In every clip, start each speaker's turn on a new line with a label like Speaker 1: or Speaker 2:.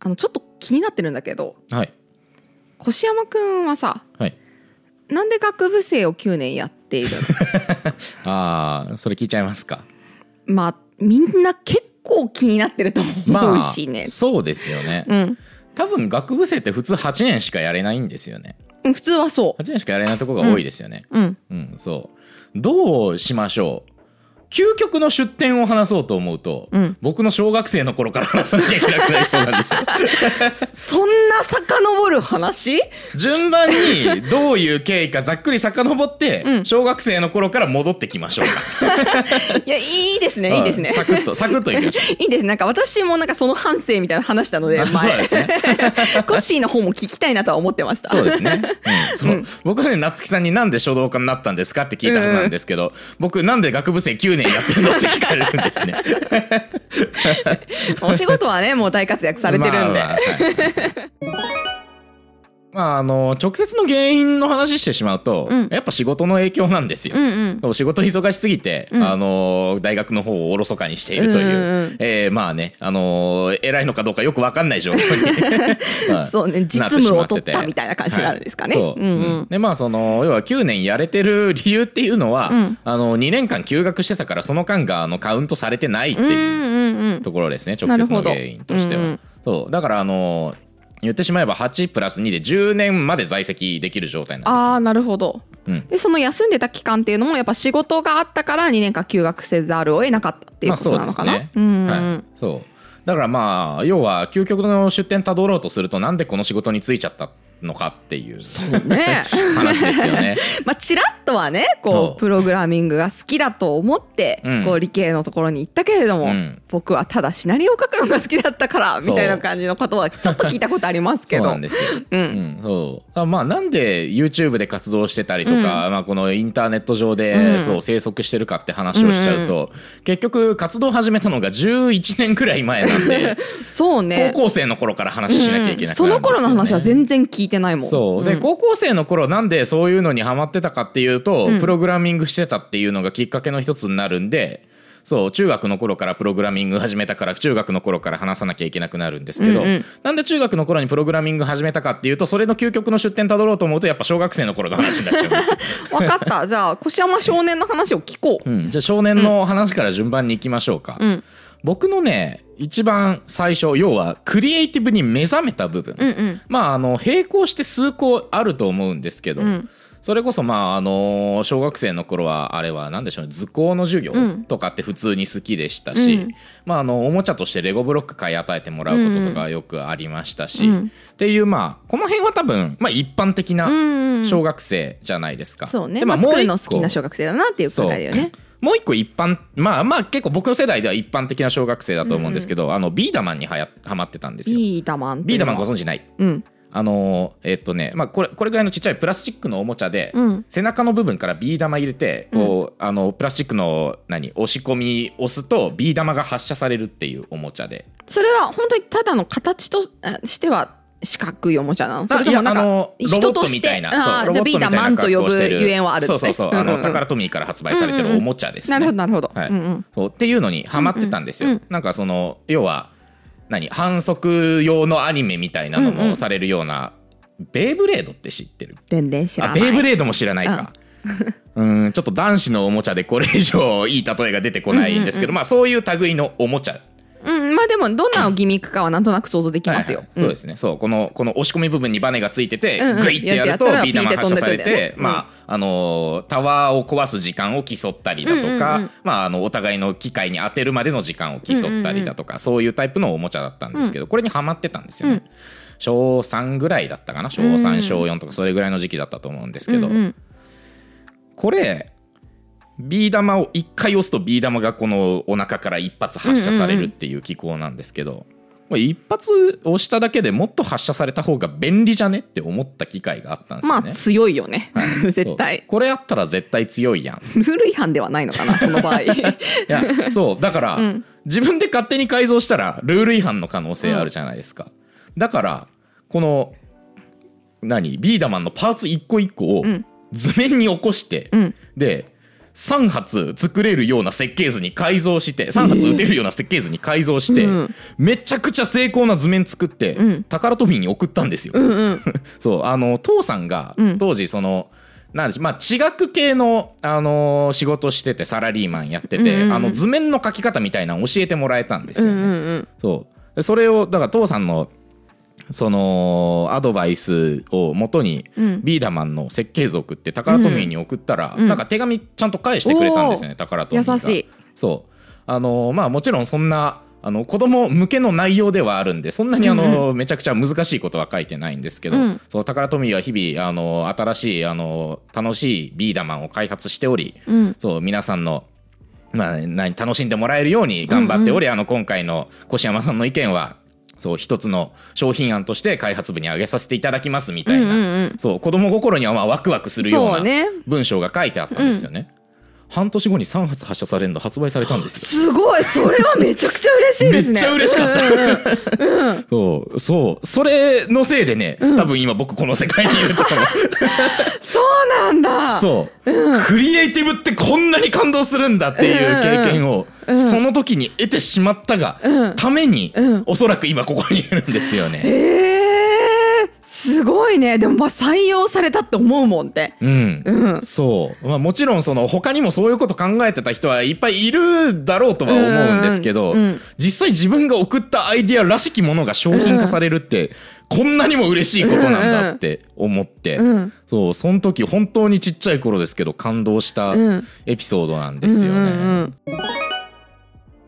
Speaker 1: あのちょっと気になってるんだけど
Speaker 2: はい
Speaker 1: 越山くんはさ
Speaker 2: はい
Speaker 1: なんで学部生を9年やっている
Speaker 2: ああそれ聞いちゃいますか
Speaker 1: のまあみんな結構気になってると思うしね、
Speaker 2: そうですよね、
Speaker 1: うん
Speaker 2: 多分学部生って普通8年しかやれないんですよね
Speaker 1: うん普通はそ
Speaker 2: 8年しかやれないとこが多いですよね
Speaker 1: ううん
Speaker 2: うん、そうどうしましょう究極の出典を話そうと思うと、
Speaker 1: うん
Speaker 2: 僕の小学生の頃から話さなきゃいけなくなりそうなんで すよ
Speaker 1: そんな遡る話
Speaker 2: 順番にどういう経緯かざっくり遡って、
Speaker 1: うん
Speaker 2: 小学生の頃から戻ってきましょう
Speaker 1: いやいいです
Speaker 2: か
Speaker 1: ねいいですね
Speaker 2: うんサクッとサクッといきまし ょう
Speaker 1: いいですねなんか私もなんかその反省みたいな話したので
Speaker 2: あそう
Speaker 1: 前
Speaker 2: ですね
Speaker 1: コッシーの方も聞きたいなとは思ってました
Speaker 2: そうですね、うん そう僕はね夏樹さんになんで書道家になったんですかって聞いたはずなんですけど、僕なんで学部生9年やってるのって聞かれるんですね
Speaker 1: お仕事はねもう大活躍 されてるんで、
Speaker 2: まあまあはい まああの直接の原因の話してしまうと、
Speaker 1: うん
Speaker 2: やっぱ仕事の影響なんですよ
Speaker 1: う。んうん
Speaker 2: 仕事忙しすぎて、
Speaker 1: うん
Speaker 2: あの大学の方をおろそかにしているという、
Speaker 1: うんうんうん
Speaker 2: えーまあね、あの偉いのかどうかよく分かんない状況 に、はい
Speaker 1: そうね実務を取ったみたいな感じになるんですかね
Speaker 2: はいそう
Speaker 1: うんうん
Speaker 2: うんでまあその要は9年やれてる理由っていうのは、
Speaker 1: うん
Speaker 2: あの2年間休学してたからその間があのカウントされてないっていう
Speaker 1: うんうんうん
Speaker 2: ところですね直接の原因としては、
Speaker 1: なる
Speaker 2: そうだからあの言ってしまえば8プラス2で10年まで在籍できる状態なん
Speaker 1: ああなるほど
Speaker 2: ですよ、うん
Speaker 1: でその休んでた期間っていうのもやっぱ仕事があったから2年間休学せざるを得なかったっていうことなのかな、
Speaker 2: まあそうです
Speaker 1: う
Speaker 2: ね
Speaker 1: んうん
Speaker 2: はい、そうだからまあ要は究極の出店たどろうとするとなんでこの仕事に就いちゃったのかっていう
Speaker 1: ね
Speaker 2: 話ですよね
Speaker 1: まあちらっとはね
Speaker 2: そ
Speaker 1: こ
Speaker 2: う
Speaker 1: うプログラミングが好きだと思って、
Speaker 2: うん
Speaker 1: こう理系のところに行ったけれども、
Speaker 2: うん
Speaker 1: 僕はただシナリオを書くのが好きだったから
Speaker 2: そ
Speaker 1: み
Speaker 2: う
Speaker 1: たいな感じのことはちょっと聞いたことありますけ
Speaker 2: そう
Speaker 1: ど
Speaker 2: なんですよ
Speaker 1: うん
Speaker 2: うん、そうだまあなんで YouTube で活動してたりとか、
Speaker 1: うん
Speaker 2: まあ、このインターネット上で、
Speaker 1: うん
Speaker 2: そう生息してるかって話をしちゃうと、結局活動始めたのが11年くらい前な んで
Speaker 1: そうね
Speaker 2: 高校生の頃から話しなきゃいけなくなるんです
Speaker 1: う
Speaker 2: よ、
Speaker 1: ん
Speaker 2: ね
Speaker 1: その頃の話は全然聞いてないもん
Speaker 2: そうで、
Speaker 1: ん
Speaker 2: 高校生の頃なんでそういうのにハマってたかっていうと、
Speaker 1: うん
Speaker 2: プログラミングしてたっていうのがきっかけの一つになるんでそう中学の頃からプログラミング始めたから中学の頃から話さなきゃいけなくなるんですけど、
Speaker 1: うんうん
Speaker 2: なんで中学の頃にプログラミング始めたかっていうとそれの究極の出典たどろうと思うとやっぱ小学生の頃の話になっちゃうん ですよ、
Speaker 1: わかったじゃあ越山少年の話を聞こう、
Speaker 2: うん、じゃあ少年の話から順番に行きましょうか、
Speaker 1: うん、
Speaker 2: 僕のね一番最初要はクリエイティブに目覚めた部分、
Speaker 1: うんうん
Speaker 2: まあ、あの並行して数個あると思うんですけど、
Speaker 1: うん
Speaker 2: それこそ、まああの小学生の頃はあれは何でしょうね図工の授業
Speaker 1: うん
Speaker 2: とかって普通に好きでしたし、
Speaker 1: うん
Speaker 2: まあ、あのおもちゃとしてレゴブロック買い与えてもらうこととかよくありましたし、
Speaker 1: うんうん
Speaker 2: っていう、まあ、この辺は多分、まあ、一般的
Speaker 1: うん
Speaker 2: な
Speaker 1: うん
Speaker 2: 小学生じゃないですか。
Speaker 1: そうね、
Speaker 2: で
Speaker 1: まあ、作る
Speaker 2: もう
Speaker 1: の
Speaker 2: 一
Speaker 1: 好き
Speaker 2: 個
Speaker 1: な小学生だなっていう考えだよね
Speaker 2: そうもう一個一般まあまあ結構僕の世代では一般的な小学生だと思うんですけど、あのビーダマンにはやはまってたんですよ。
Speaker 1: ビーダマンって
Speaker 2: ビ
Speaker 1: いう
Speaker 2: ー
Speaker 1: の
Speaker 2: ダ
Speaker 1: は
Speaker 2: マンご存知ない
Speaker 1: うん
Speaker 2: あのーえっとね、まあ、これこれぐらいのちっちゃいプラスチックのおもちゃで、
Speaker 1: うん
Speaker 2: 背中の部分からビー玉入れてこう、あのプラスチックの何押し込み押すとビー玉が発射されるっていうおもちゃで
Speaker 1: それは本当にただの形とあしては四角いおもちゃなのそれともなん
Speaker 2: あいやあ
Speaker 1: か
Speaker 2: の
Speaker 1: 人として
Speaker 2: ロボットみたいな
Speaker 1: あ
Speaker 2: そう
Speaker 1: ーじゃあビーダマンと呼ぶゆえんはあるんで
Speaker 2: そう
Speaker 1: す
Speaker 2: そう
Speaker 1: ね
Speaker 2: そう、あ
Speaker 1: んん
Speaker 2: の
Speaker 1: ん
Speaker 2: タカラトミーから発売されて
Speaker 1: うんう
Speaker 2: る
Speaker 1: ん
Speaker 2: おもちゃです
Speaker 1: な
Speaker 2: ね、
Speaker 1: るほどなるほど、
Speaker 2: はい
Speaker 1: うんうん
Speaker 2: そうっていうのにハマってたんですよ、
Speaker 1: うんうん
Speaker 2: なんかその要は何反則用のアニメみたいなの
Speaker 1: うんう
Speaker 2: も
Speaker 1: ん
Speaker 2: されるような、ベイブレードって知ってる
Speaker 1: 全然知ら
Speaker 2: あ
Speaker 1: ない
Speaker 2: ベイブレードも知らないか。 うんちょっと男子のおもちゃでこれ以上いい例えが出てこないんですけど、まあそういう類のおもちゃ
Speaker 1: うんまあでもどんなギミックかはなんとなく想像できますよ、
Speaker 2: はいはいそうですねそうこのこの押し込み部分にバネがついてて、
Speaker 1: うんうん
Speaker 2: グイってやると
Speaker 1: やってやったら
Speaker 2: ビー玉が発射され
Speaker 1: ビー
Speaker 2: て
Speaker 1: って飛んでくんだよねうん
Speaker 2: まああのータワーを壊す時間を競ったりだとか、
Speaker 1: うんうんうん
Speaker 2: まあ、あのお互いの機械に当てるまでの時間を競ったりだとか、そういうタイプのおもちゃだったんですけど、これにはまってたんですよね。
Speaker 1: うん
Speaker 2: 小3ぐらいだったかな小3、
Speaker 1: うん
Speaker 2: 小4とかそれぐらいの時期だったと思うんです
Speaker 1: う
Speaker 2: け
Speaker 1: ん
Speaker 2: ど、
Speaker 1: うん
Speaker 2: これビー玉を1回押すとビー玉がこのお腹から一発発射されるっていう機構なんですけど、これ一発押しただけでもっと発射された方が便利じゃねって思った機会があったんです
Speaker 1: ま
Speaker 2: よ
Speaker 1: あ
Speaker 2: ね。
Speaker 1: 強いよね、 絶
Speaker 2: そう
Speaker 1: 対
Speaker 2: これあったら絶対強いや ん
Speaker 1: ルール違反ではないのかなその場 合
Speaker 2: いやそうだから、
Speaker 1: ん
Speaker 2: 自分で勝手に改造したらルール違反の可能性あるじゃないですか、だからこの何ビーダマンのパーツ一個一個を
Speaker 1: ん
Speaker 2: 図面に起こして、
Speaker 1: うん
Speaker 2: で3発作れるような設計図に改造して3発撃てるような設計図に改造して、
Speaker 1: うん
Speaker 2: めちゃくちゃ精巧な図面作って、
Speaker 1: うん
Speaker 2: 宝トミーに送ったんですよ。
Speaker 1: うんうん
Speaker 2: そうあの父さんが
Speaker 1: うん
Speaker 2: 当時その、なんでしまあ、地学系の、あのー仕事しててサラリーマンやってて、
Speaker 1: うんうんうん
Speaker 2: あの図面の描き方みたいなの教えてもらえたんです
Speaker 1: うんう
Speaker 2: よね。
Speaker 1: ん
Speaker 2: そうでそれをだから父さんのそのアドバイスを元に、
Speaker 1: うん
Speaker 2: ビーダマンの設計図を送って宝トミーに送ったら、
Speaker 1: うん
Speaker 2: なんか手紙ちゃんと返してくれたんですよね宝トミーが
Speaker 1: 優しい
Speaker 2: そうあのまあもちろんそんなあの子供向けの内容ではあるんでそんなにあの、めちゃくちゃ難しいことは書いてないんですけど、
Speaker 1: うん
Speaker 2: そう宝トミーは日々あの新しいあの楽しいビーダマンを開発しており、
Speaker 1: うん
Speaker 2: そう皆さんの、まあ、な楽しんでもらえるように頑張っており、あの今回の越山さんの意見はそう一つの商品案として開発部に上げさせていただきますみたいな、
Speaker 1: うんうんう
Speaker 2: そう子供心にはまあワクワクするよう
Speaker 1: そう
Speaker 2: な
Speaker 1: ね
Speaker 2: 文章が書いてあったんですよね。半年後に3発発射されるの発売されたんですよ。
Speaker 1: すごいそれはめちゃくちゃ嬉しいですね
Speaker 2: めっちゃ嬉しかった
Speaker 1: うんうんうん
Speaker 2: そうそうそれのせいでね、多分今僕この世界にいると思う。
Speaker 1: そうなん だ
Speaker 2: そう、クリエイティブってこんなに感動するんだっていう経験をその時に得てしまったが
Speaker 1: うん
Speaker 2: ために
Speaker 1: うん
Speaker 2: おそらく今ここにいるんですよね。
Speaker 1: えー、すごいねでもまあ採用されたって思うもんって
Speaker 2: うん
Speaker 1: うん
Speaker 2: そう、まあ、もちろんその他にもそういうこと考えてた人はいっぱいいるだろうとは思うんですけど、
Speaker 1: うんうん
Speaker 2: 実際自分が送ったアイディアらしきものが商品化されるってこんなにも嬉しいことなんだって思って、
Speaker 1: うん
Speaker 2: そうその時本当にちっちゃい頃ですけど感動した
Speaker 1: うん
Speaker 2: エピソードなんですよね。
Speaker 1: うんうん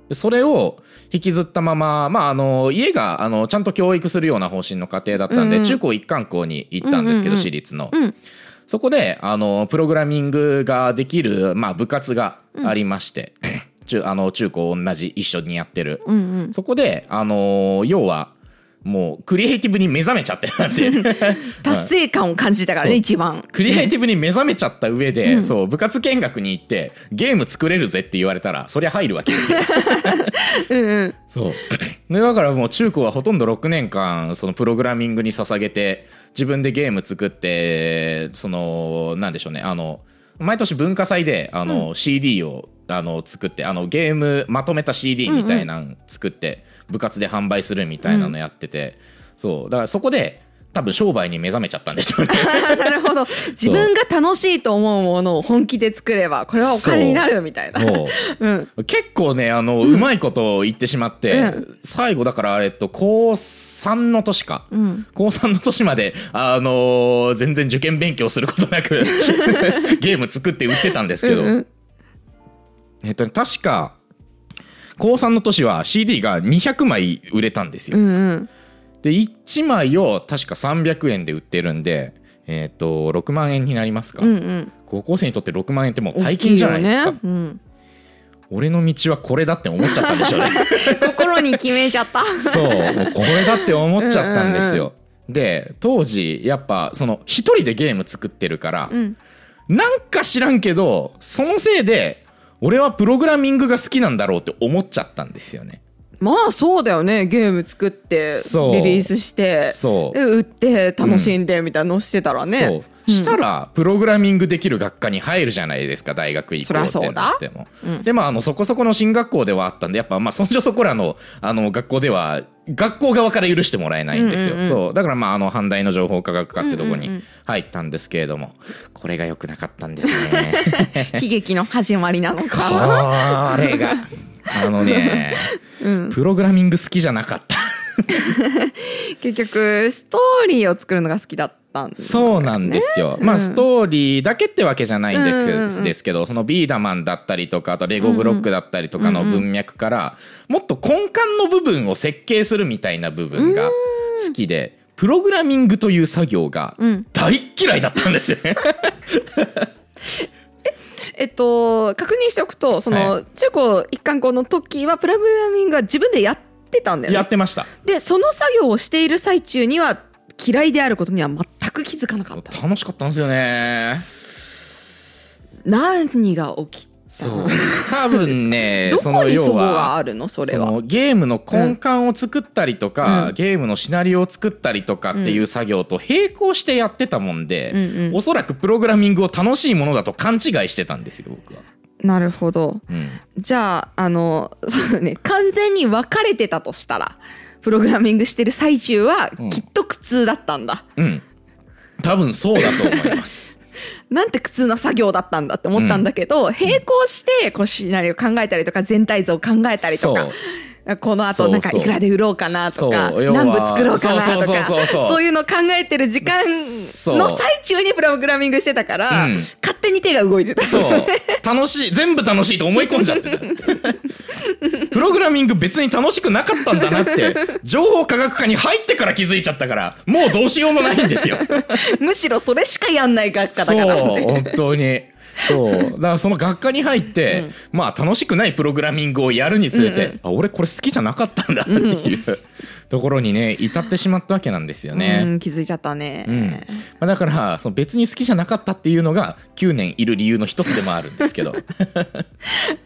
Speaker 2: でそれを引きずったまま、まあ、あの家があのちゃんと教育するような方針の家庭だったんで、
Speaker 1: うんうん
Speaker 2: 中高一貫校に行ったんですけ
Speaker 1: う
Speaker 2: ど、
Speaker 1: んうんうん
Speaker 2: 私立の、
Speaker 1: うん
Speaker 2: そこであのプログラミングができる、まあ、部活がありまして、 中あの中高同じ一緒にやってる、
Speaker 1: うんうん
Speaker 2: そこであの要はもうクリエイティブに目覚めちゃってなんて
Speaker 1: 達成感を感じたからね
Speaker 2: そう
Speaker 1: 一番
Speaker 2: クリエイティブに目覚めちゃった上で、そう部活見学に行ってゲーム作れるぜって言われたらそりゃ入るわけですよ
Speaker 1: うんうん
Speaker 2: そう でだからもう中高はほとんど6年間そのプログラミングに捧げて自分でゲーム作ってそのなんでしょうねあの毎年文化祭であの、CD をあの作ってあのゲームまとめた CD みたいなの作って、部活で販売するみたいなのやってて、そうだからそこで多分商売に目覚めちゃったんでしょうね。
Speaker 1: なるほど自分が楽しいと思うものを本気で作ればこれはお金になるみたいな
Speaker 2: もう
Speaker 1: うん
Speaker 2: 結構ねあの、うまいことを言ってしまって、
Speaker 1: うん
Speaker 2: 最後だからあれえっと高3の年か、
Speaker 1: うん
Speaker 2: 高3の年まで、あのー全然受験勉強することな くゲーム作って売ってたんですけど、
Speaker 1: うんうん
Speaker 2: えっとね確か高3の年は CD が200枚売れたんですよ、
Speaker 1: うんうん
Speaker 2: で1枚を確か300円で売ってるんでえっと6万円になりますか、
Speaker 1: うんうん
Speaker 2: 高校生にとって6万円ってもう大金じゃないですか、
Speaker 1: 大きいよね
Speaker 2: 俺の道はこれだって思っちゃったんでしょうね
Speaker 1: うん心に決めちゃ った
Speaker 2: そうもうこれだって思っちゃったんですよ。で当時やっぱその一人でゲーム作ってるから、
Speaker 1: うん
Speaker 2: なんか知らんけどそのせいで俺はプログラミングが好きなんだろうって思っちゃったんですよね。
Speaker 1: まあそうだよねゲーム作って
Speaker 2: そう
Speaker 1: リリースして
Speaker 2: そう
Speaker 1: で売って楽しんでみたいなのしてたらね、
Speaker 2: そうしたらプログラミングできる学科に入るじゃないですか大学行
Speaker 1: そ
Speaker 2: こ
Speaker 1: り
Speaker 2: う
Speaker 1: ゃ
Speaker 2: っ
Speaker 1: そうだ
Speaker 2: てなっても、でまああのそこそこの進学校ではあったんでやっぱまあそんじょそこらのあの学校では学校側から許してもらえないんです
Speaker 1: う
Speaker 2: よ、
Speaker 1: んうんうん
Speaker 2: そうだからまああの阪大の情報科学科ってとこ
Speaker 1: うんうんう
Speaker 2: に
Speaker 1: ん
Speaker 2: 入ったんですけれども、これが良くなかったんですね
Speaker 1: 悲劇の始まりな の
Speaker 2: こ
Speaker 1: か
Speaker 2: れがあのね、プログラミング好きじゃなかった
Speaker 1: 結局ストーリーを作るのが好きだったんだ
Speaker 2: そうなんですよ。まあ、ストーリーだけってわけじゃないんです,、
Speaker 1: うんうんうん
Speaker 2: ですけど、そのビーダマンだったりとか、あとレゴブロックだったりとかの文脈から、もっと根幹の部分を設計するみたいな部分が好きで、プログラミングという作業が
Speaker 1: うん
Speaker 2: 大嫌いだったん ですよね。
Speaker 1: えっと確認しておくとその、
Speaker 2: は
Speaker 1: 中高一貫校の時はプログラミングは自分でやってたんだよ
Speaker 2: や
Speaker 1: ね
Speaker 2: ってました。
Speaker 1: でその作業をしている最中には嫌いであることには全く気づかなかった
Speaker 2: 楽しかったんですよね。
Speaker 1: 何が起きた
Speaker 2: そう。多分ね、
Speaker 1: ど
Speaker 2: そ
Speaker 1: こ
Speaker 2: の
Speaker 1: に
Speaker 2: 要
Speaker 1: そこが
Speaker 2: は。
Speaker 1: あるのそれは
Speaker 2: そのゲームの根幹を作ったりと
Speaker 1: う
Speaker 2: か、
Speaker 1: ん
Speaker 2: ゲームのシナリオを作ったりとかっていう作業と並行してやってたもんで、
Speaker 1: うんうん
Speaker 2: おそらくプログラミングを楽しいものだと勘違いしてたんですよ僕は。
Speaker 1: なるほど
Speaker 2: うん、
Speaker 1: じゃああの そうだね完全に分かれてたとしたらプログラミングしてる最中は
Speaker 2: うん
Speaker 1: きっと苦痛だったんだ、
Speaker 2: うん、多分そうだと思います
Speaker 1: なんて苦痛な作業だったんだって思ったんだけど、並行してこうシナリオ考えたりとか全体像考えたりとか
Speaker 2: そう
Speaker 1: この後
Speaker 2: そうそう
Speaker 1: なんかいくらで売ろうかなとか
Speaker 2: そう要は
Speaker 1: 何部作ろうかなとか
Speaker 2: そうそうそうそう
Speaker 1: そういうのを考えてる時間
Speaker 2: そう
Speaker 1: の最中にプログラミングしてたから、
Speaker 2: うん
Speaker 1: 勝手に手が動いてた
Speaker 2: そう楽しい全部楽しいと思い込んじゃってたプログラミング別に楽しくなかったんだなって情報科学科に入ってから気づいちゃったからもうどうしようもないんですよ
Speaker 1: むしろそれしかやんない学科だから
Speaker 2: そう本当にそうだからその学科に入って、まあ楽しくないプログラミングをやるにつれて、
Speaker 1: うんう
Speaker 2: あ俺これ好きじゃなかったんだっていうところにね至ってしまったわけなんですよね。
Speaker 1: うん、気づいちゃったね、
Speaker 2: うんまあ、だからその別に好きじゃなかったっていうのが9年いる理由の一つでもあるんですけど、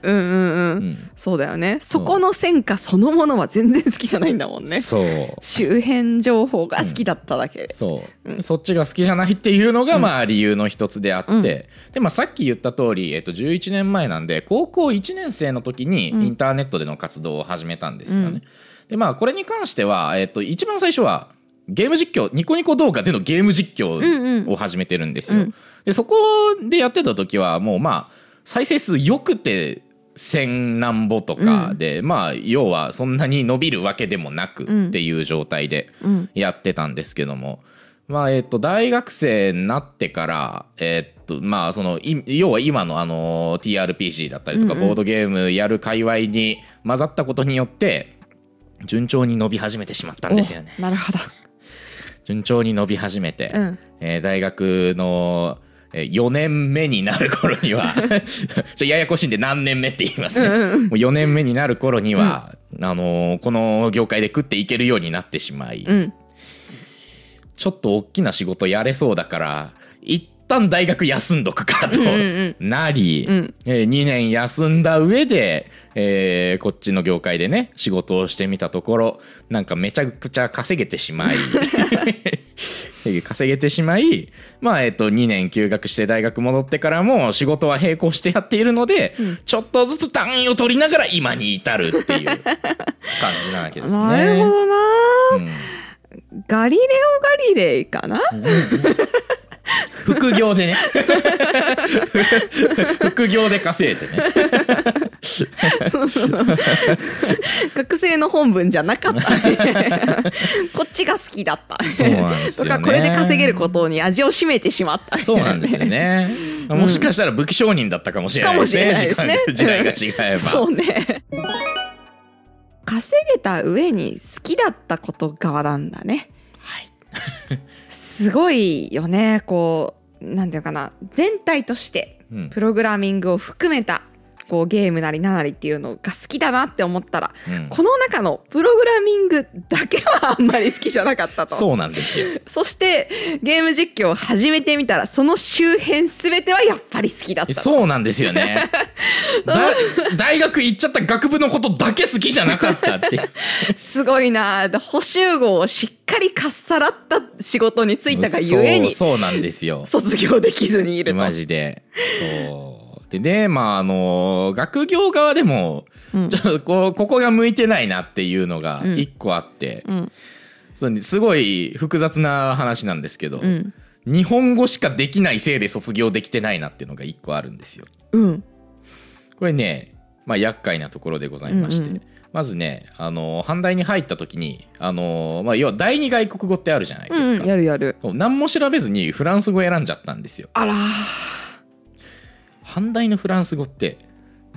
Speaker 1: うんうんうん、
Speaker 2: うん
Speaker 1: そうだよね
Speaker 2: う
Speaker 1: そこの戦果そのものは全然好きじゃないんだも んね
Speaker 2: そう
Speaker 1: 周辺情報が好きだっただけ、
Speaker 2: そう、そっちが好きじゃないっていうのがまあ理由の一つであって、
Speaker 1: うん
Speaker 2: でまあ、さっき言った通り、えっと11年前なんで高校1年生の時に
Speaker 1: うん
Speaker 2: インターネットでの活動を始めたんですよね。
Speaker 1: うん
Speaker 2: でまあこれに関しては、えっと一番最初はゲーム実況ニコニコ動画でのゲーム実
Speaker 1: うんう
Speaker 2: 況
Speaker 1: ん
Speaker 2: を始めてるんですよ。
Speaker 1: うん
Speaker 2: でそこでやってた時はもうまあ再生数よくて千何歩とかで、まあ要はそんなに伸びるわけでもなくっていう状態で。
Speaker 1: うん
Speaker 2: やってたんですけども、まあえっと大学生になってから、えっとまあ、そのい要は今のあの TRPG だったりとか、
Speaker 1: うんうん
Speaker 2: ボードゲームやる界隈に混ざったことによって順調に伸び始めてしまったんですよね
Speaker 1: おなるほど、
Speaker 2: 順調に伸び始めて、
Speaker 1: うん、
Speaker 2: えー大学の4年目になる頃 にはちょややこしいんで何年目って言いますね、
Speaker 1: うんうん
Speaker 2: もう4年目になる頃には、あのーこの業界で食っていけるようになってしまい、
Speaker 1: うん
Speaker 2: ちょっと大きな仕事やれそうだから一旦大学休んどくかと
Speaker 1: うんうん
Speaker 2: なり、
Speaker 1: うん
Speaker 2: えー2年休んだ上で、えーこっちの業界でね仕事をしてみたところなんかめちゃくちゃ稼げてし まい稼げてしまいまあえっ、と2年休学して大学戻ってからも仕事は並行してやっているので、
Speaker 1: うん
Speaker 2: ちょっとずつ単位を取りながら今に至るっていう感じなわけです ね。
Speaker 1: なるほどな、
Speaker 2: うん
Speaker 1: ガリレオ・ガリレイかな、
Speaker 2: 副業 でね副業で稼いでね
Speaker 1: 学生の本文じゃな かったねこっちが好きだった
Speaker 2: そうなんですよね
Speaker 1: とかこれで稼げることに味を占めてしまった
Speaker 2: そうなんですよね、もしかしたら武器商人だったかもしれないですね
Speaker 1: かもしれないですね
Speaker 2: 時間時代が違えば
Speaker 1: そうね稼げた上に好きだったこと側なんだね
Speaker 2: はい
Speaker 1: すごいよねこうなんていうかな全体として
Speaker 2: うん
Speaker 1: プログラミングを含めたこうゲームなり何なりっていうのが好きだなって思ったら、
Speaker 2: うん
Speaker 1: この中のプログラミングだけはあんまり好きじゃなかったと
Speaker 2: そうなんですよ
Speaker 1: そしてゲーム実況を始めてみたらその周辺全てはやっぱり好きだっ
Speaker 2: え
Speaker 1: たと
Speaker 2: そうなんですよね だ大学行っちゃった学部のことだけ好きじゃなかった っていう
Speaker 1: すごいなで補集合をしっかりかっさらった仕事に就いたがゆえに
Speaker 2: そうそうなんですよ
Speaker 1: 卒業できずにいると。
Speaker 2: マジで。そう。でね、まあ、あの、学業側でも、
Speaker 1: うん
Speaker 2: ちょっとこうここが向いてないなっていうのが
Speaker 1: うん
Speaker 2: 一個あって、
Speaker 1: うん
Speaker 2: そうねすごい複雑な話なんですけど、
Speaker 1: うん
Speaker 2: 日本語しかできないせいで卒業できてないなっていうのが一個あるんですよ。
Speaker 1: うん
Speaker 2: これね、まあ、厄介なところでございまして、
Speaker 1: うんうん
Speaker 2: まずね、あの、半大に入った時に、あの、まあ、要は第二外国語ってあるじゃないで
Speaker 1: う
Speaker 2: す
Speaker 1: ん
Speaker 2: か。
Speaker 1: やるやる
Speaker 2: そう何も調べずにフランス語選んじゃったんですよ。
Speaker 1: あらー
Speaker 2: 半大のフランス語って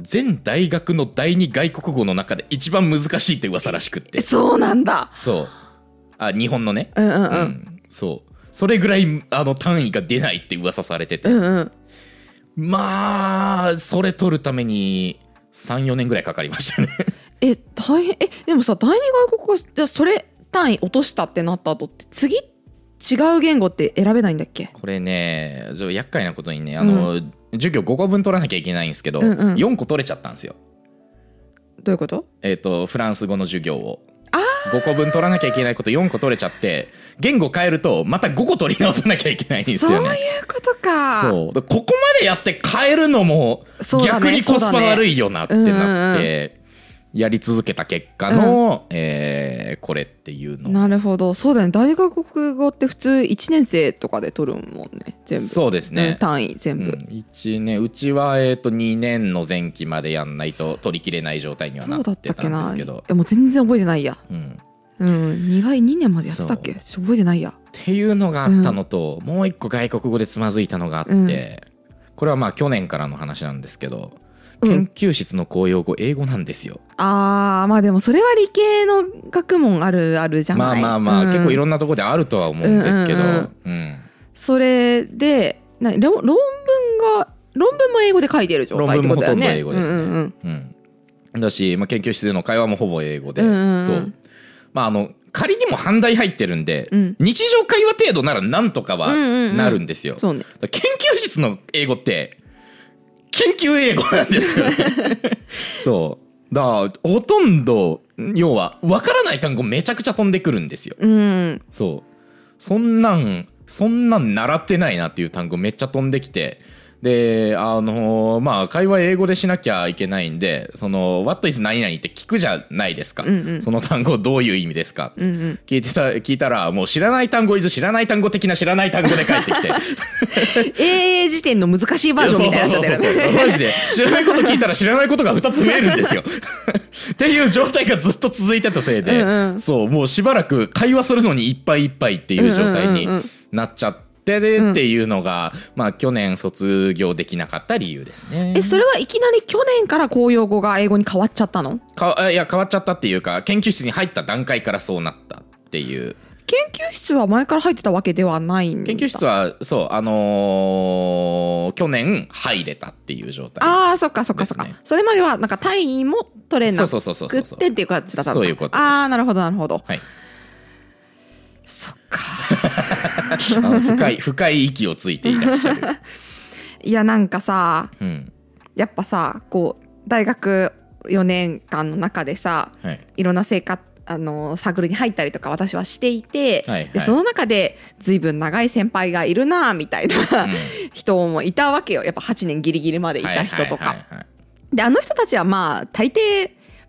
Speaker 2: 全大学の第二外国語の中で一番難しいって噂らしくって
Speaker 1: そうなんだ
Speaker 2: そうあ日本のね
Speaker 1: うんうんう
Speaker 2: うんんそうそれぐらいあの単位が出ないって噂されてて、
Speaker 1: うんうん
Speaker 2: まあそれ取るために34年ぐらいかかりましたね
Speaker 1: え大変えでもさ第二外国語じゃあそれ単位落としたってなった後って次違う言語って選べないんだっけ
Speaker 2: これねちょ厄介なことにねあの、授業5個分取らなきゃいけないんですけど、
Speaker 1: うんうん
Speaker 2: 4個取れちゃったんですよ
Speaker 1: どういうこと
Speaker 2: えっ、とフランス語の授業を5個分取らなきゃいけないこと4個取れちゃって言語変えるとまた5個取り直さなきゃいけないんです
Speaker 1: そうい
Speaker 2: よ
Speaker 1: う
Speaker 2: ね。
Speaker 1: ことか
Speaker 2: そうでここまでやって変えるのも
Speaker 1: そうだ
Speaker 2: 逆
Speaker 1: ね
Speaker 2: にコスパ悪いよなってなっ
Speaker 1: そうだ
Speaker 2: てやり続けた結果の、えーこれっていうの
Speaker 1: なるほどそうだね大学語って普通1年生とかで取るもんね全部
Speaker 2: そうです
Speaker 1: うん
Speaker 2: ね、
Speaker 1: 単位全
Speaker 2: う
Speaker 1: 部、
Speaker 2: ん一年うちは、えー、と2年の前期までやんないと取りきれない状態には
Speaker 1: そ
Speaker 2: な
Speaker 1: う
Speaker 2: っ
Speaker 1: だってたったけ
Speaker 2: たんで
Speaker 1: な
Speaker 2: す
Speaker 1: い
Speaker 2: けど。
Speaker 1: やもう全然覚えてないや
Speaker 2: うん
Speaker 1: うん2回2年までやってたっけちょっと覚えてないや
Speaker 2: っていうのがあったのと、もう一個外国語でつまずいたのがあって、
Speaker 1: うん
Speaker 2: これはまあ去年からの話なんですけど
Speaker 1: うん
Speaker 2: 研究室の公用語英語なんですよ、
Speaker 1: あーまあでもそれは理系の学問あるあるじゃ
Speaker 2: ま
Speaker 1: な
Speaker 2: あ
Speaker 1: い
Speaker 2: まあまあ、
Speaker 1: うん
Speaker 2: 結構いろんなとこであるとは思うんですけど、
Speaker 1: う
Speaker 2: うんん
Speaker 1: うんそれでな論論文が論文も英語で書いてる状態ってことだよね
Speaker 2: 論文もほとんど英語ですね
Speaker 1: うんうん
Speaker 2: うんだし、まあ、研究室での会話もほぼ英語で、
Speaker 1: うんうんうん
Speaker 2: そうまああの仮にも半題入ってるんで、
Speaker 1: うん
Speaker 2: 日常会話程度ならなんとかは
Speaker 1: うんうんうん
Speaker 2: なるんですよ、
Speaker 1: そうね
Speaker 2: だから研究室の英語って研究英語なんで すよねそうだからほとんど要はわからない単語めちゃくちゃ飛んでくるんですよ
Speaker 1: うん
Speaker 2: そうそんなんそんなん習ってないなっていう単語めっちゃ飛んできてであのーまあ会話英語でしなきゃいけないんでその「What is 何々」って聞くじゃないですか、
Speaker 1: うんうん
Speaker 2: その単語どういう意味ですか、
Speaker 1: うんうん
Speaker 2: 聞いてた聞いたらもう知らない単語 is 知らない単語的な知らない単語で返ってきて
Speaker 1: 英英辞典の難しいバージョンみたいになっちゃって
Speaker 2: そうそうそう
Speaker 1: る
Speaker 2: そう
Speaker 1: ね
Speaker 2: マジで知らないこと聞いたら知らないことが2つ増えるんですよ っていう状態がずっと続いてたせいで
Speaker 1: うんうん
Speaker 2: そうもうしばらく会話するのにいっぱいいっぱいっていう状態に
Speaker 1: うんうんうん
Speaker 2: なっちゃってでっていうのが、まあ去年卒業できなかった理由ですね
Speaker 1: えそれはいきなり去年から公用語が英語に変わっちゃったの
Speaker 2: かあいや変わっちゃったっていうか研究室に入った段階からそうなったっていう
Speaker 1: 研究室は前から入ってたわけではないんだ
Speaker 2: 研究室はそうあのー去年入れたっていう状態
Speaker 1: ああそっかそっかそっか、
Speaker 2: ですね
Speaker 1: それまではなんか単位も取れな
Speaker 2: そうそうそうそ
Speaker 1: く
Speaker 2: うそ
Speaker 1: っ
Speaker 2: う
Speaker 1: てっていう感じだったのか
Speaker 2: そういうことです
Speaker 1: ああなるほどなるほど
Speaker 2: はい
Speaker 1: そっか
Speaker 2: あの深い深い息をついて いらっしゃる。
Speaker 1: いやなんかさ
Speaker 2: うん、
Speaker 1: やっぱさこう大学4年間の中でさ
Speaker 2: はい、
Speaker 1: いろんな生活あのサークルに入ったりとか私はしていて、
Speaker 2: はいはい
Speaker 1: でその中で随分長い先輩がいるなみたいな、人もいたわけよやっぱ8年ギリギリまでいた人とか、
Speaker 2: はいはいはいはい
Speaker 1: であの人たちはまあ大抵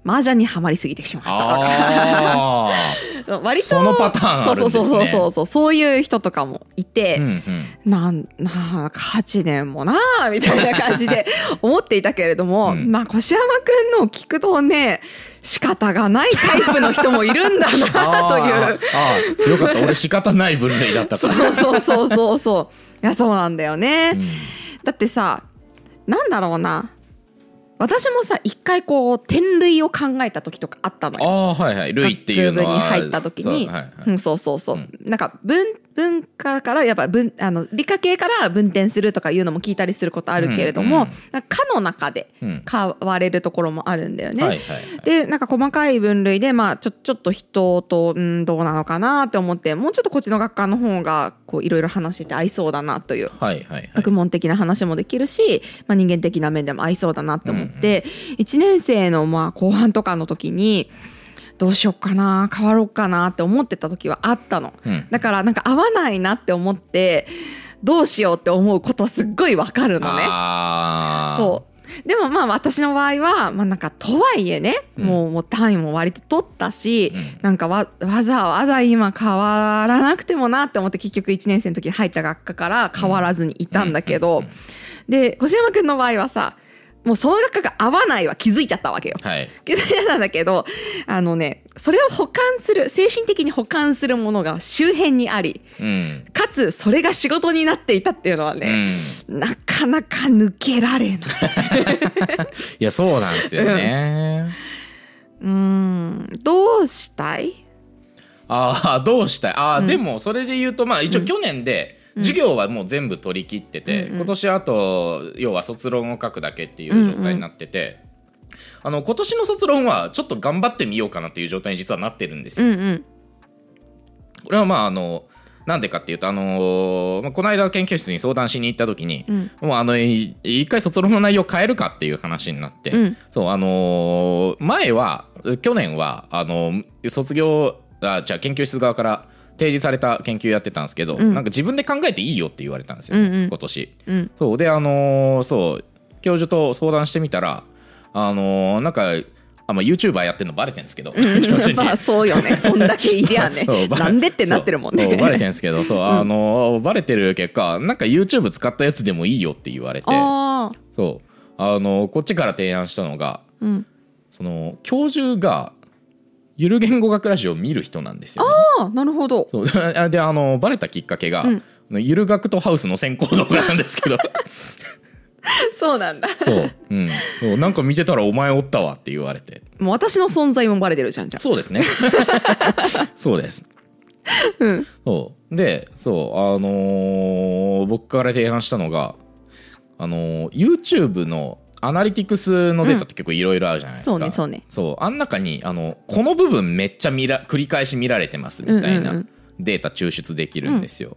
Speaker 1: 麻雀にはまりすぎてしまったから
Speaker 2: あ
Speaker 1: 割と
Speaker 2: そのパターンあるんですね
Speaker 1: そうそうそうそうそうそういう人 とかもいて、
Speaker 2: ーうんうん
Speaker 1: なんなんか8年もなあみたいな感じで 思っていたけれども、
Speaker 2: うん
Speaker 1: まあ越山くんのを聞くとね仕方がないタイプの人もいるんだな
Speaker 2: あ
Speaker 1: とい
Speaker 2: ー
Speaker 1: う。
Speaker 2: あーよかった俺仕方ない分類だったか
Speaker 1: そ
Speaker 2: ら
Speaker 1: うそうそうそうそういやそうなんだよね、
Speaker 2: うん
Speaker 1: だってさなんだろうな私もさ一回こう点類を考えた時とかあったの
Speaker 2: あ
Speaker 1: よ
Speaker 2: あはいはい類っていうのは
Speaker 1: 学部に入った時に
Speaker 2: そうはいはい
Speaker 1: うん、そうそうそう、
Speaker 2: うん
Speaker 1: なんか文文化からやっぱ文あの理科系から分点するとかいうのも聞いたりすることあるけれども、
Speaker 2: うんうん
Speaker 1: なんか科の中で
Speaker 2: うん
Speaker 1: 変われるところもあるんだよね。
Speaker 2: はいはいはい
Speaker 1: でなんか細かい分類で、まあ、ちょちょっと人とうんどうなのかなって思ってもうちょっとこっちの学科の方がこういろいろ話して合いそうだなという
Speaker 2: はいはいはい
Speaker 1: 学問的な話もできるし、まあ、人間的な面でも合いそうだなって思って、1年生のまあ後半とかの時にどうしようかな変わろうかなって思ってた時はあったの。
Speaker 2: うん
Speaker 1: だからなんか合わないなって思ってどうしようって思うことすっごいわかるのね。
Speaker 2: ああ
Speaker 1: そうでもまあ私の場合は、まあ、なんかとはいえね、
Speaker 2: うん
Speaker 1: もうもう単位も割と取ったし、
Speaker 2: うん
Speaker 1: なんかわわざわざ今変わらなくてもなって思って結局1年生の時に入った学科から変わらずにいたんだけど、
Speaker 2: うんうん
Speaker 1: で越山君の場合はさもうその学科が合わないは気づいちゃったわけよ。
Speaker 2: はい
Speaker 1: 気づいちゃったんだけどあのねそれを保管する精神的に保管するものが周辺にあり
Speaker 2: うん
Speaker 1: かつそれが仕事になっていたっていうのは
Speaker 2: うん
Speaker 1: ね、なかなか抜けられない。
Speaker 2: いやそうなんですよね
Speaker 1: うーんどうしたい
Speaker 2: ああどうしたいああ、
Speaker 1: うん
Speaker 2: でもそれで言うとまあ一応去年
Speaker 1: う
Speaker 2: で
Speaker 1: ん
Speaker 2: 授業はもう全部取り切ってて、
Speaker 1: うんうん
Speaker 2: 今年あと要は卒論を書くだけっていう状態になってて、あの今年の卒論はちょっと頑張ってみようかなっていう状態に実はなってるんです
Speaker 1: う
Speaker 2: よ。
Speaker 1: んうん
Speaker 2: これはまああのなんでかっていうと、あのーまあ、この間研究室に相談しに行った時に、
Speaker 1: うん
Speaker 2: もうあのい一回卒論の内容変えるかっていう話になって、
Speaker 1: うん
Speaker 2: そうあのー前は去年はあの卒業あじゃあ研究室側から提示された研究やってたんですけど、
Speaker 1: うん
Speaker 2: なんか自分で考えていいよって言われたんですよ、
Speaker 1: うんうん
Speaker 2: 今年
Speaker 1: うん
Speaker 2: そうであのーそう教授と相談してみたらあのーなんかあまあ YouTuber やってるのバレてるんですけど、 教授 に
Speaker 1: まあそうよねそんだけいりゃね
Speaker 2: そうバレ
Speaker 1: なんでってなってるもん
Speaker 2: そうそうバレて
Speaker 1: ね
Speaker 2: るんですけどそう、あのーバレてる結果なんか YouTube 使ったやつでもいいよって言われて
Speaker 1: ああ
Speaker 2: そうあのーこっちから提案したのが
Speaker 1: うん
Speaker 2: その教授がゆる言語学ラジオを見る人なんですよね、
Speaker 1: ああなるほど
Speaker 2: そうであのバレたきっかけが、
Speaker 1: うん
Speaker 2: あのゆる学とハウスの先行動画なんですけど
Speaker 1: そうなんだ
Speaker 2: そう,、うん、そうなんか見てたらお前おったわって言われて
Speaker 1: もう私の存在もバレてるじゃんじゃん
Speaker 2: そうです ねそうです
Speaker 1: うん
Speaker 2: そうでそうあのー僕から提案したのがあのー YouTube のアナリティクスのデータって結構いろいろあるじゃないですか、
Speaker 1: そうねそうね
Speaker 2: そうあん中にあのこの部分めっちゃ見ら繰り返し見られてますみた
Speaker 1: うん
Speaker 2: い
Speaker 1: うんう
Speaker 2: なんデータ抽出できるんですよ。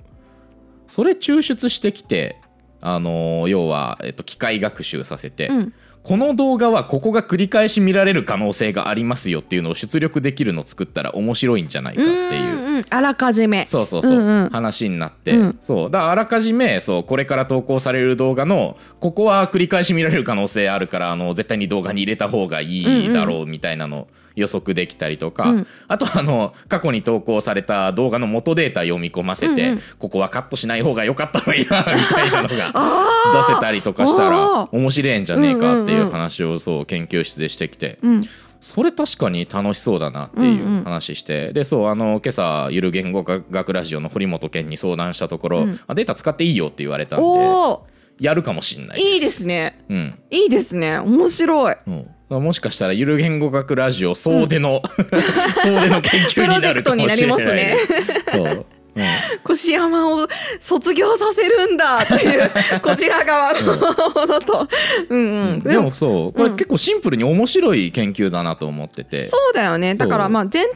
Speaker 2: それ抽出してきてあの要は、えっと、機械学習させて、
Speaker 1: うん
Speaker 2: この動画はここが繰り返し見られる可能性がありますよっていうのを出力できるのを作ったら面白いんじゃないかっていう。
Speaker 1: うんうんあらかじめ
Speaker 2: そうそうそう、
Speaker 1: うんうん
Speaker 2: 話になって、
Speaker 1: うん
Speaker 2: そうだからあらかじめそうこれから投稿される動画のここは繰り返し見られる可能性あるからあの絶対に動画に入れた方がいいだろうみたいなの予測できたりとか、
Speaker 1: うん
Speaker 2: あとあの過去に投稿された動画の元データ読み込ませて、
Speaker 1: うんうん
Speaker 2: ここはカットしない方が良かったのになみたいなの が出せたりとかした
Speaker 1: あ
Speaker 2: ら
Speaker 1: ー
Speaker 2: 面白いんじゃねえかっ
Speaker 1: うんうん
Speaker 2: てい
Speaker 1: う
Speaker 2: うん話をそう研究室でしてきて。
Speaker 1: うん
Speaker 2: それ確かに楽しそうだなってい
Speaker 1: んう
Speaker 2: う話して、でそうあの今朝ゆる言語学ラジオの堀本健に相談したところ、
Speaker 1: うん
Speaker 2: あデータ使っていいよって言われたんで
Speaker 1: おお
Speaker 2: やるかもしんない
Speaker 1: いいですね
Speaker 2: うん
Speaker 1: いいですね面白い
Speaker 2: うん、もしかしたらゆる言語学ラジオ総出 の、総出の研究になるかもしれない
Speaker 1: プロジェ
Speaker 2: そううん
Speaker 1: 越山を卒業させるんだっていうこちら側の ものとうんうん
Speaker 2: でもそうこれ結構シンプルに面白い研究だなと思ってて、
Speaker 1: そうだよねだから
Speaker 2: そう
Speaker 1: まあ全体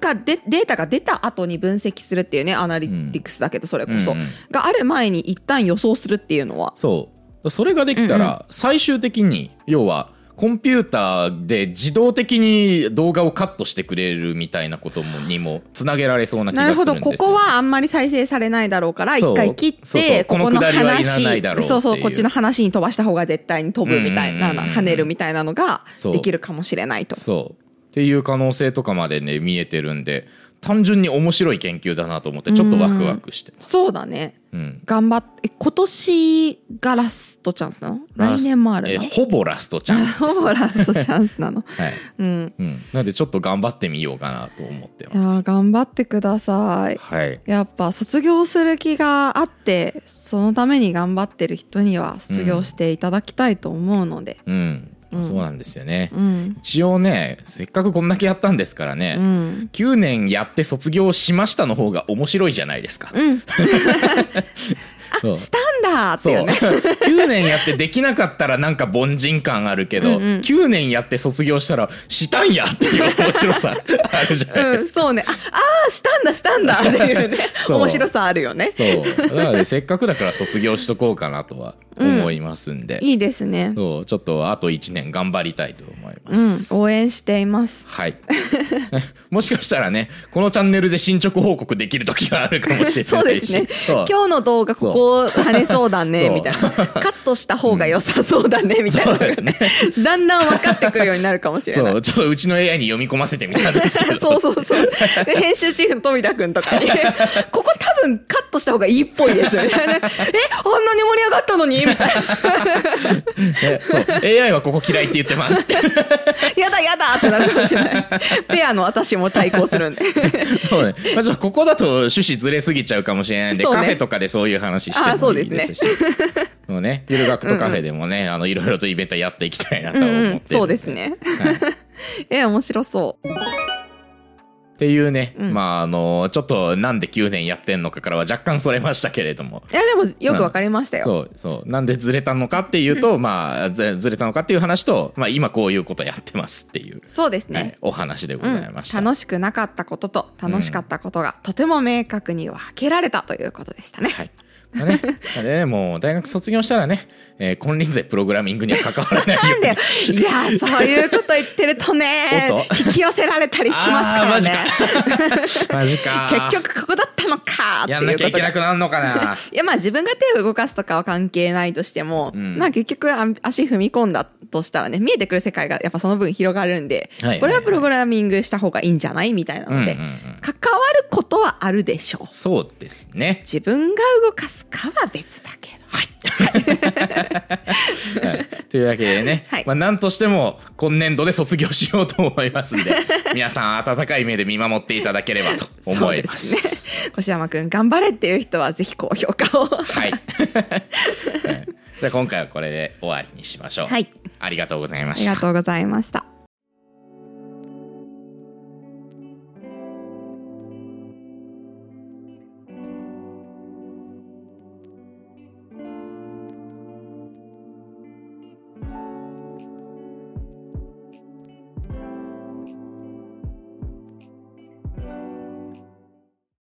Speaker 1: がでデータが出た後に分析するっていうねアナリティクスだけどそれこそ、
Speaker 2: うんうん
Speaker 1: がある前に一旦予想するっていうのは
Speaker 2: そうそれができた
Speaker 1: うん
Speaker 2: ら最終的に要はコンピューターで自動的に動画をカットしてくれるみたいなこともにもつなげられそうな気
Speaker 1: な
Speaker 2: が
Speaker 1: る
Speaker 2: す
Speaker 1: ほ
Speaker 2: る
Speaker 1: ど
Speaker 2: んですよ
Speaker 1: ここはあんまり再生されないだろうから
Speaker 2: そう
Speaker 1: 一回切って
Speaker 2: そうそう
Speaker 1: こ
Speaker 2: こ
Speaker 1: こ
Speaker 2: の
Speaker 1: の
Speaker 2: くだりはいら
Speaker 1: 話
Speaker 2: ないだろうっていう
Speaker 1: そうそうこっちの話に飛ばした方が絶対に飛ぶみたいな、
Speaker 2: うんうんうんうん
Speaker 1: 跳ねるみたいなのが
Speaker 2: そう
Speaker 1: できるかもしれないと
Speaker 2: そうっていう可能性とかまでね見えてるんで単純に面白い研究だなと思ってちょっとワクワクしてます、
Speaker 1: そうだね
Speaker 2: うん
Speaker 1: 頑張ってえ今年がラストチャンスなの来年もある
Speaker 2: え
Speaker 1: の
Speaker 2: ほぼラストチャンスです、
Speaker 1: ほぼラストチャンスなの
Speaker 2: はい
Speaker 1: うん
Speaker 2: うん、なんでちょっと頑張ってみようかなと思って
Speaker 1: いや
Speaker 2: ま
Speaker 1: ー頑張ってください
Speaker 2: すはい
Speaker 1: やっぱ卒業する気があってそのために頑張ってる人には卒業していただきたいと思うので
Speaker 2: うん、
Speaker 1: うん
Speaker 2: そうなんですよね、
Speaker 1: うん
Speaker 2: 一応ねせっかくこんだけやったんですからね、
Speaker 1: うん
Speaker 2: 9年やって卒業しましたの方が面白いじゃないですか。
Speaker 1: うん
Speaker 2: そう
Speaker 1: したんだーって
Speaker 2: そう
Speaker 1: いうね
Speaker 2: 9年やってできなかったらなんか凡人感あるけど、
Speaker 1: うんうん
Speaker 2: 9年やって卒業したらしたんやっていう面白さあるじゃないうで
Speaker 1: ん、
Speaker 2: す
Speaker 1: そうねああーしたんだしたんだっていうね
Speaker 2: そう
Speaker 1: 面白さあるよね
Speaker 2: か。そうなのでせっかくだから卒業しとこうかなとは思いますんで、
Speaker 1: いいですね
Speaker 2: そうちょっとあと1年頑張りたいと思いま
Speaker 1: うん
Speaker 2: す。
Speaker 1: 応援しています
Speaker 2: はい もしかしたらねこのチャンネルで進捗報告できる時があるかもしれない し
Speaker 1: そうですね
Speaker 2: そう
Speaker 1: 今日の動画ここ跳ねそうだね
Speaker 2: そう
Speaker 1: みたいなカットした方が良さそうだねみたいなのが
Speaker 2: そうで
Speaker 1: ね だんだん分かってくるようになるかもしれない
Speaker 2: そうちょっとうちの AI に読み込ませてみたんです けど
Speaker 1: そうそうそう。で、編集チーフの富田くんとか に、ここ多分カットした方がいいっぽいですみたい な。え、あんなに盛り上がったのにみたいな。
Speaker 2: ねそう AI はここ嫌いって言ってますって
Speaker 1: やだやだってなるかもしれない。ペアの私も対抗するんで。
Speaker 2: そうねまあ、ちょっとここだと趣旨ずれすぎちゃうかもしれないんで、
Speaker 1: そうね
Speaker 2: カフェとかでそういう話
Speaker 1: あー
Speaker 2: して
Speaker 1: そ
Speaker 2: も
Speaker 1: う
Speaker 2: い
Speaker 1: で
Speaker 2: い
Speaker 1: すね
Speaker 2: です しそうねゆる学とカフェでもね、あのいろいろとイベントやっていきたいなと
Speaker 1: う
Speaker 2: は思ってるん
Speaker 1: ん
Speaker 2: で、
Speaker 1: うん、そうですね。
Speaker 2: はい
Speaker 1: え、面白そう。
Speaker 2: っていうね、
Speaker 1: うん
Speaker 2: まああのちょっとなんで9年やってんのかからは若干それましたけれども
Speaker 1: いや、でもよくわかりましたよ。
Speaker 2: そうそうなんでずれたのかっていうと、まあずずれたのかっていう話と、まあ、今こういうことやってますっていう、
Speaker 1: そうです
Speaker 2: はい
Speaker 1: ね。
Speaker 2: お話でご
Speaker 1: う
Speaker 2: ざ
Speaker 1: ん
Speaker 2: いました、
Speaker 1: 楽しくなかったことと楽しかったことがとても明確に分けられたということでしたね。
Speaker 2: はい、だねだねもう大学卒業したらね、えー金輪際プログラミングには関わらないよ
Speaker 1: なんでよいやそういうこと言ってるとね
Speaker 2: おっと
Speaker 1: 引き寄せられたりしますからね
Speaker 2: あーマジか マジか
Speaker 1: 結局ここだったのかって
Speaker 2: や
Speaker 1: い
Speaker 2: んな
Speaker 1: う
Speaker 2: きゃ
Speaker 1: こ
Speaker 2: い
Speaker 1: と
Speaker 2: け
Speaker 1: が
Speaker 2: なくなるのかな
Speaker 1: いやまあ自分が手を動かすとかは関係ないとしても、
Speaker 2: うん
Speaker 1: まあ結局あ足踏み込んだとしたらね見えてくる世界がやっぱその分広がるんで、
Speaker 2: はいはいはい
Speaker 1: これはプログラミングした方がいいんじゃないみたいなので、
Speaker 2: うんうんうん
Speaker 1: 関わることはあるでしょう
Speaker 2: そうですね
Speaker 1: 自分が動かすかは別だけどはい
Speaker 2: はい というわけでね、
Speaker 1: はい
Speaker 2: まあ、何としても今年度で卒業しようと思います んで皆さん温かい目で見守っていただければと思います。
Speaker 1: ね 越山くん頑張れっていう人はぜひ高評価を
Speaker 2: はい、 はいじゃあ今回はこれで終わりにしましょう。
Speaker 1: はい
Speaker 2: ありがとうございま
Speaker 1: あ
Speaker 2: し
Speaker 1: り
Speaker 2: た
Speaker 1: がとうございました